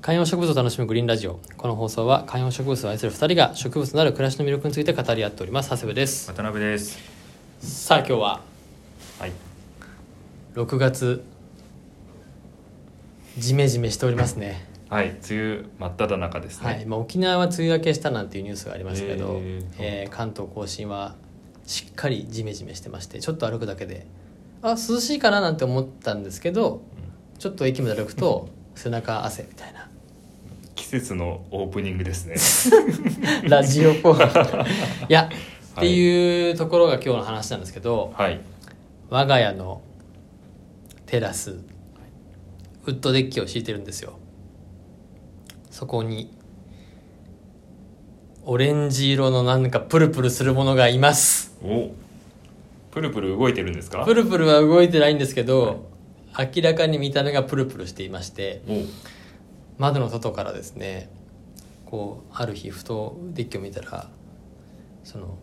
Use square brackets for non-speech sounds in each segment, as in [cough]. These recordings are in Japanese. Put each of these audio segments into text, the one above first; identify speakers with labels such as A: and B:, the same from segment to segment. A: 観葉植物を楽しむグリーンラジオこの放送は観葉植物を愛する2人が植物のある暮らしの魅力について語り合っております長谷部です
B: 渡辺です
A: さあ今日は
B: はい
A: 6月ジメジメしておりますね
B: はい梅雨真っ只中ですね
A: はい、まあ、沖縄は梅雨明けしたなんていうニュースがありましたけど、
B: へ
A: え
B: ー
A: ー関東甲信はしっかりジメジメしてましてちょっと歩くだけであ涼しいかななんて思ったんですけどちょっと駅まで歩くと背中汗みたいな
B: 季節のオープニングです
A: [laughs]
B: ね
A: ラジオコーいや、
B: はい
A: っていうところが今日の話なんですけど
B: はい
A: 我が家のテラスウッドデッキを敷いてるんですよそこにオレンジ色のなんかプルプルするものがいます
B: おプルプル動いてるんですか
A: プルプルは動いてないんですけど、明らかに見た目がプルプルしていまして
B: お
A: 窓の外からですねこうある日ふとデッキを見たらその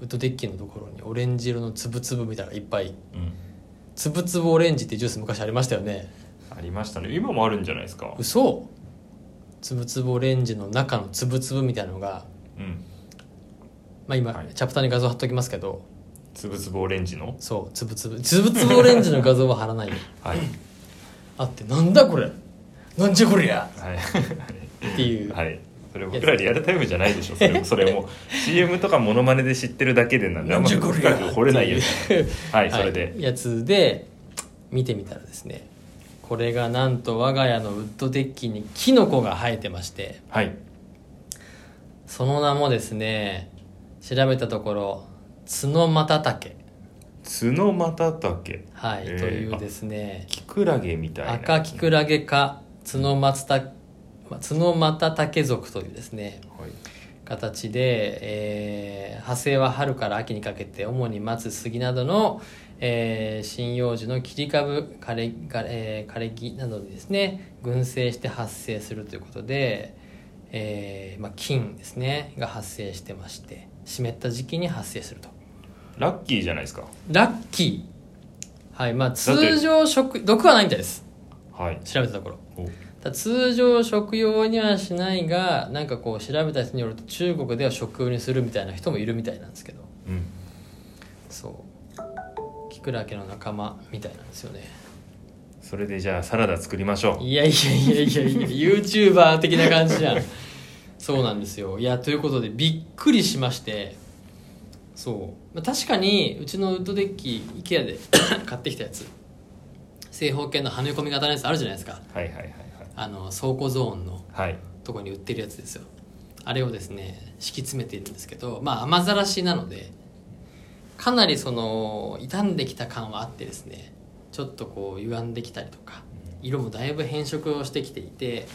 A: ウッドデッキのところにオレンジ色のつぶつぶみたいなのがいっぱい
B: うん
A: つぶつぶオレンジってジュース昔ありましたよね
B: ありましたね今もあるんじゃないですか
A: 嘘つぶつぶオレンジの中のつぶつぶみたいなのが、
B: うん
A: まあ、今、
B: はい
A: チャプターに画像貼っときますけど
B: つぶつぶオレンジの
A: そうつぶつぶつぶつぶオレンジの画像は貼らない
B: [laughs]
A: よ [laughs]
B: はい
A: あってなんだこれなんじゃこりゃ
B: はい [laughs]
A: っていう、
B: はいそれ僕らリアルタイムじゃないでしょそれもそれも CM とかモノマネで知ってるだけでなんであんま
A: なんじゃこ
B: り深
A: りゃ
B: く掘れない
A: [laughs]
B: やつ [laughs] はいそれ
A: はい
B: で
A: やつで見てみたらですねこれがなんと我が家のウッドデッキにキノコが生えてまして
B: はい
A: その名もですね調べたところツノマタタケ
B: ツノマタタケ
A: はい、
B: えー
A: というですね
B: キクラゲみたいな
A: 赤キクラゲ科ツノマツタツノマタタケ属というですね
B: はい
A: 形で、えー派生は春から秋にかけて主に松杉などの、えー針葉樹の切り株枯れ枯れえー枯れ木などにですね群生して発生するということで、えーまあ、菌ですねが発生してまして湿った時期に発生すると
B: ラッキーじゃないですか
A: ラッキーはいまあ
B: だって
A: 通常食毒はないみたいです
B: はい
A: 調べたところ
B: お
A: ただ通常食用にはしないがなんかこう調べた人によると中国では食用にするみたいな人もいるみたいなんですけど
B: うん
A: そうキクラゲの仲間みたいなんですよね
B: それでじゃあサラダ作りましょう
A: いやいやいやいやいや YouTuber 的な感じじゃんそうなんですよいやということでびっくりしましてそう、まあ、確かにうちのウッドデッキ IKEA で [coughs] 買ってきたやつ正方形のはめ込み型のやつあるじゃないですか
B: はいはいはい
A: あの倉庫ゾーンの
B: はいはい
A: とこに売ってるやつですよあれをですね敷き詰めているんですけどまあ雨ざらしなのでかなりその傷んできた感はあってですねちょっとこう歪んできたりとか色もだいぶ変色をしてきていて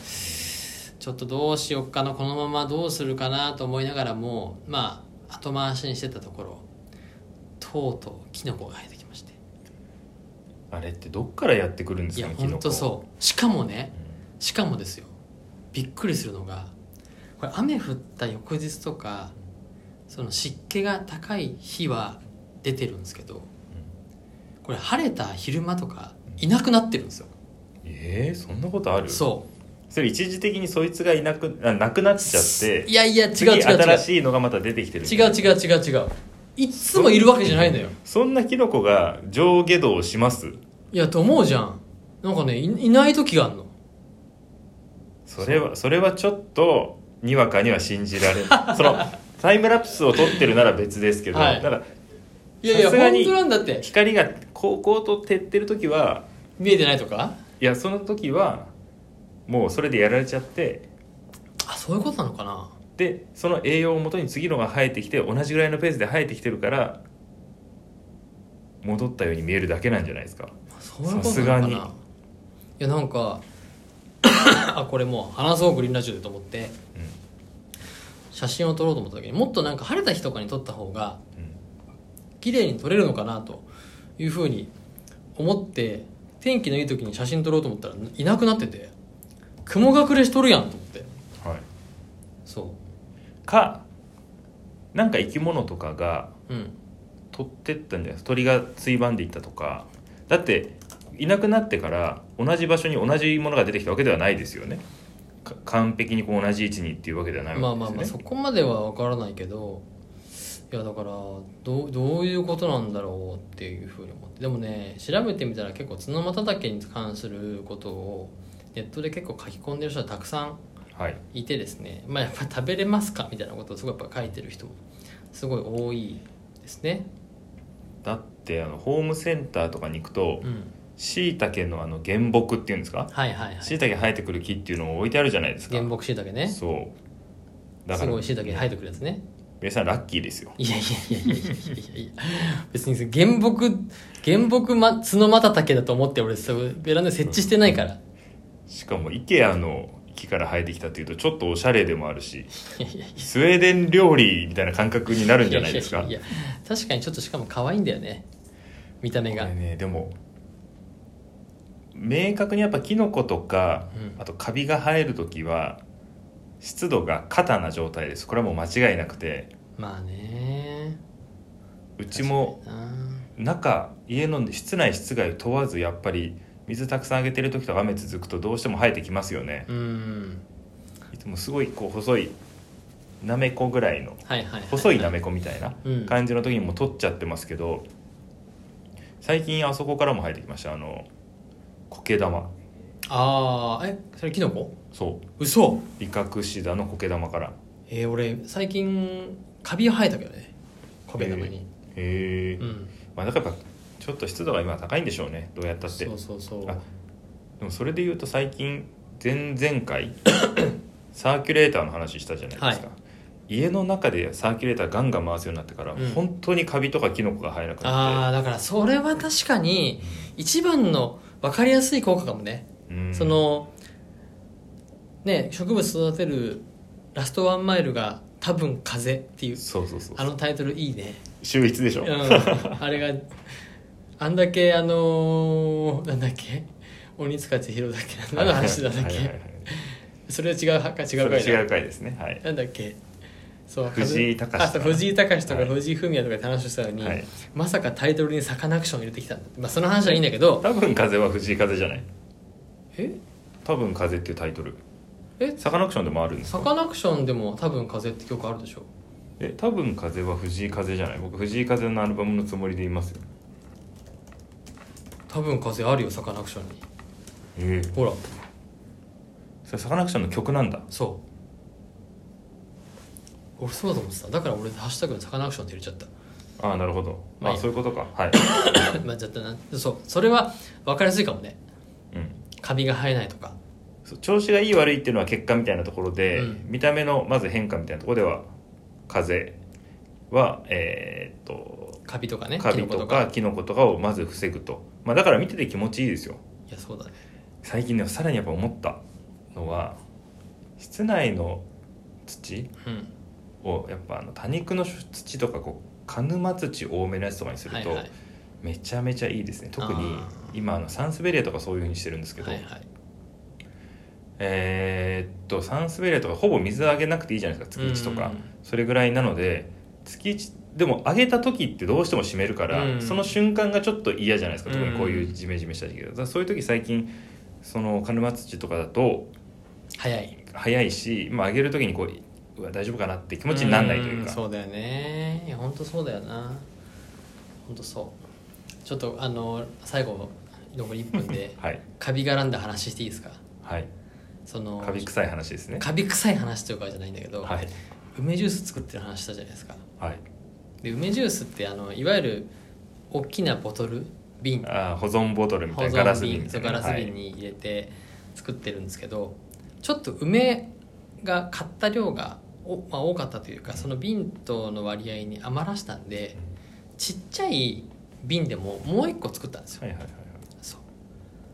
A: ちょっとどうしよっかなこのままどうするかなと思いながらもまあ後回しにしてたところとうとうキノコが生えてきまして
B: あれってどっからやってくるんで
A: い
B: す
A: や
B: かね
A: ほんと
B: う
A: そうしかもね
B: ん
A: しかもですよびっくりするのがこれ雨降った翌日とかその湿気が高い日は出てるんですけどこれ晴れた昼間とかいなくなってるんですよ
B: えー、そんなことあるう
A: そ
B: それ一時的にそいつがいなくあなくなっちゃっ
A: う
B: て
A: いやいや違う
B: 次
A: 違う違
B: 新
A: う
B: しいのがまた出てきてる
A: 違う違う違う違ういつもいるわけじゃないのよ
B: そんなキノコが上下動します
A: いやと思うじゃんなんかねいいない時があるの
B: それはそれはちょっとにわかには信じられないそのタイムラプスを撮ってるなら別ですけど、
A: はい
B: ただ
A: いやいや
B: さすがに
A: 本当なんだって
B: 光がこうこうと照ってる時は
A: 見えてないとか
B: いやその時はもうそれでやられちゃって
A: あそういうことなのかな
B: でその栄養をもとに次のが生えてきて同じぐらいのペースで生えてきてるから戻ったように見えるだけなんじゃないですか
A: そういうことなのかない
B: さすがに
A: やなんかあこれもう話そうグリーンラジオでと思って写真を撮ろうと思った時にもっとなんか晴れた日とかに撮った方が
B: うんうん
A: 綺麗に撮れるのかなというふうに思って天気のいい時に写真撮ろうと思ったらいなくなってて雲隠れしとるやんと思って
B: はい、
A: そ
B: かなんか生き物とかが
A: ううん
B: 取ってったんじゃないですか鳥がついばんでいったとかだっていなくなってから同じ場所に同じものが出てきたわけではないですよねか完璧にこう同じ位置にっていうわけではない
A: まあ
B: わけ
A: まあま
B: で
A: あ
B: す
A: そ
B: よね
A: こまでは分からないけどいやだからどうどういうことなんだろうっていうふうに思ってでもね調べてみたら結構ツノマタダケに関することをネットで結構書き込んでる人がたくさん
B: はい
A: いてですねまあやっぱ食べれますかみたいなことをすごいやっぱ書いてる人もすごい多いですね
B: だってあのホームセンターとかに行くと
A: うん
B: しいたけのあの原木っていうんですか
A: はいはいはい
B: しいたけ生えてくる木っていうのを置いてあるじゃないですか
A: 原木しいたけねす
B: そうだから
A: ごいしいたけ生えてくるやつね
B: 皆さんラッキーですよ
A: いやいやいやいやいやいやいや別にその原木原木、ま、角またたけだと思って俺そうベランダに設置してないから
B: しかも IKEA の木から生えてきたっていうとちょっとおしゃれでもあ
A: [laughs]
B: るし
A: いやいやいや
B: スウェーデン料理みたいな感覚になるんじゃないですか
A: いやいやいや確かにちょっとしかも可愛いんだよね見た目が
B: これねでも明確にやっぱキノコとか、
A: うん
B: あとカビが生える時は湿度が肩な状態ですこれはもう間違いなくて
A: まあね
B: うちも
A: 確かにな
B: 中家の室内室外問わずやっぱり水たくさんあげてる時とか雨続くとどうしても生えてきますよね、
A: うん
B: いつもすごいこう細いなめこぐらいの
A: はいはい、はい、
B: 細いなめこみたいな
A: うん
B: 感じの時にもう取っちゃってますけど最近あそこからも生えてきましたあの苔玉
A: ああえそれキノコ
B: そう
A: 嘘
B: ビカクシダの苔玉から
A: えー、俺最近カビ生えたけどね壁玉に、
B: へえ、
A: うん
B: まあ、だからやっぱちょっと湿度が今高いんでしょうねどうやったって
A: そうそうそう
B: あでもそれで言うと最近前々
A: [coughs]
B: 回サーキュレーターの話したじゃないですか、
A: は
B: 家の中でサーキュレーターガンガン回すようになってから、
A: うん
B: 本当にカビとかキノコが生えなくなっ
A: あーだからそれは確かに一番の分かりやすい効果かもね、
B: て、うん
A: そのね植物育てるラストワンマイルが多分風っていう
B: そうそうそう
A: あのタイトルいいね、
B: 秀逸でし
A: う
B: ょ、
A: ん、あれがあんだけあのーなんだっけ鬼塚千尋だっけ何の話だっ
B: はいはいは
A: け
B: い
A: それは違うはか違う
B: そ
A: 回
B: れ
A: だ
B: 違う回ですねはい、
A: なんだっけそう
B: 藤井
A: 風
B: 隆
A: あそう藤井隆とか藤井フミヤとかで話をしたのに、
B: はい
A: まさかタイトルにサカナクションを入れてきたんだまあその話はいいんだけど
B: 多分風は藤井風じゃない
A: え
B: 多分風っていうタイトル
A: え
B: サカナクションでもあるんです
A: サカナクションでも多分風って曲あるでしょ
B: え多分風は藤井風じゃない僕藤井風のアルバムのつもりでいますよ
A: 多分風あるよサカナクションに
B: ええ
A: ほら
B: それサカナクションの曲なんだ
A: そう俺そうだと思ってただから俺「ハッシュタグのサカナクション」って入れちゃった [laughs]
B: ああなるほど
A: まあ
B: あそういうことかはい
A: まあちょっとなそうそれは分かりやすいかもね
B: うん
A: カビが生えないとか
B: そう調子がいい悪いっていうのは結果みたいなところで、
A: うん
B: 見た目のまず変化みたいなところでは風はえーっと
A: カビとかね
B: カビとかキノコとかをまず防ぐと、まあ、だから見てて気持ちいいですよ
A: いやそうだね
B: 最近ねさらにやっぱ思ったのは室内の土
A: うん
B: をやっぱあの多肉の土とかこう鹿沼土多めのやつとかにする
A: はい
B: と、
A: はいはい
B: めちゃめちゃいいですね特に
A: あー
B: 今あのサンスベリアとかそういうふうにしてるんですけど、
A: はい
B: えーっとサンスベリアとかほぼ水あげなくていいじゃないですか月1と
A: う
B: か
A: ん
B: それぐらいなので月1でもあげた時ってどうしても湿るから、
A: うん
B: その瞬間がちょっと嫌じゃないですか特にこういう
A: うん
B: ジメジメした時期だからそういう時最近その鹿沼土とかだと
A: 早い
B: 早いし、まあ、あげる時にこううわ大丈夫かなって気持ちにならないという
A: うん
B: か
A: そうだよねいや本当そうだよな本当そうちょっとあの最後残り1分
B: [laughs]
A: で
B: はい
A: カビ絡んだ話していいですか
B: はい
A: その
B: カビ臭い話ですね
A: カビ臭い話というかじゃないんだけど、
B: はい
A: 梅ジュース作ってる話したじゃないですか
B: はい
A: で梅ジュースってあのいわゆる大きなボトル瓶
B: あー保存ボトルみ
A: 保
B: たいなガラス
A: 存
B: 瓶
A: 瓶
B: み
A: そ
B: た
A: う
B: いな
A: ガラス瓶に入れて作ってるんですけど、ちょっと梅が買った量がお、まあ、多かったというかその瓶との割合に余らしたんでちっちゃい瓶でももう一個作ったんですよ、
B: はいはいはいはい
A: そう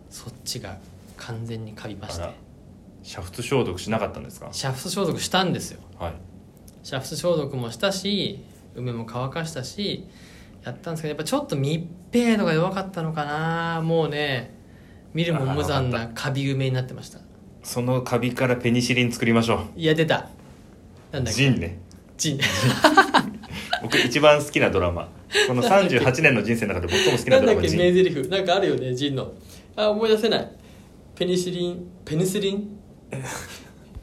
A: そっちが完全にカビまし
B: あ
A: て
B: ら煮沸消毒しなかったんですか
A: 煮沸消毒したんですよ
B: はい
A: 煮沸消毒もしたし梅も乾かしたしやったんですけどやっぱちょっと密閉度が弱かったのかなもうね見るも無残
B: あー
A: なカビ梅になってました
B: そのカビからペニシリン作りましょ
A: いや出たなん
B: う
A: だっけ
B: ジンね
A: ジン
B: 僕一番好きなドラマこの38年の人生の中で最も好き
A: な
B: なんド
A: だ
B: ラ
A: っ
B: マ
A: け
B: ジ
A: 名
B: ン
A: 台詞なんかあるよねジンのあ思い出せないペニシリンペニシリン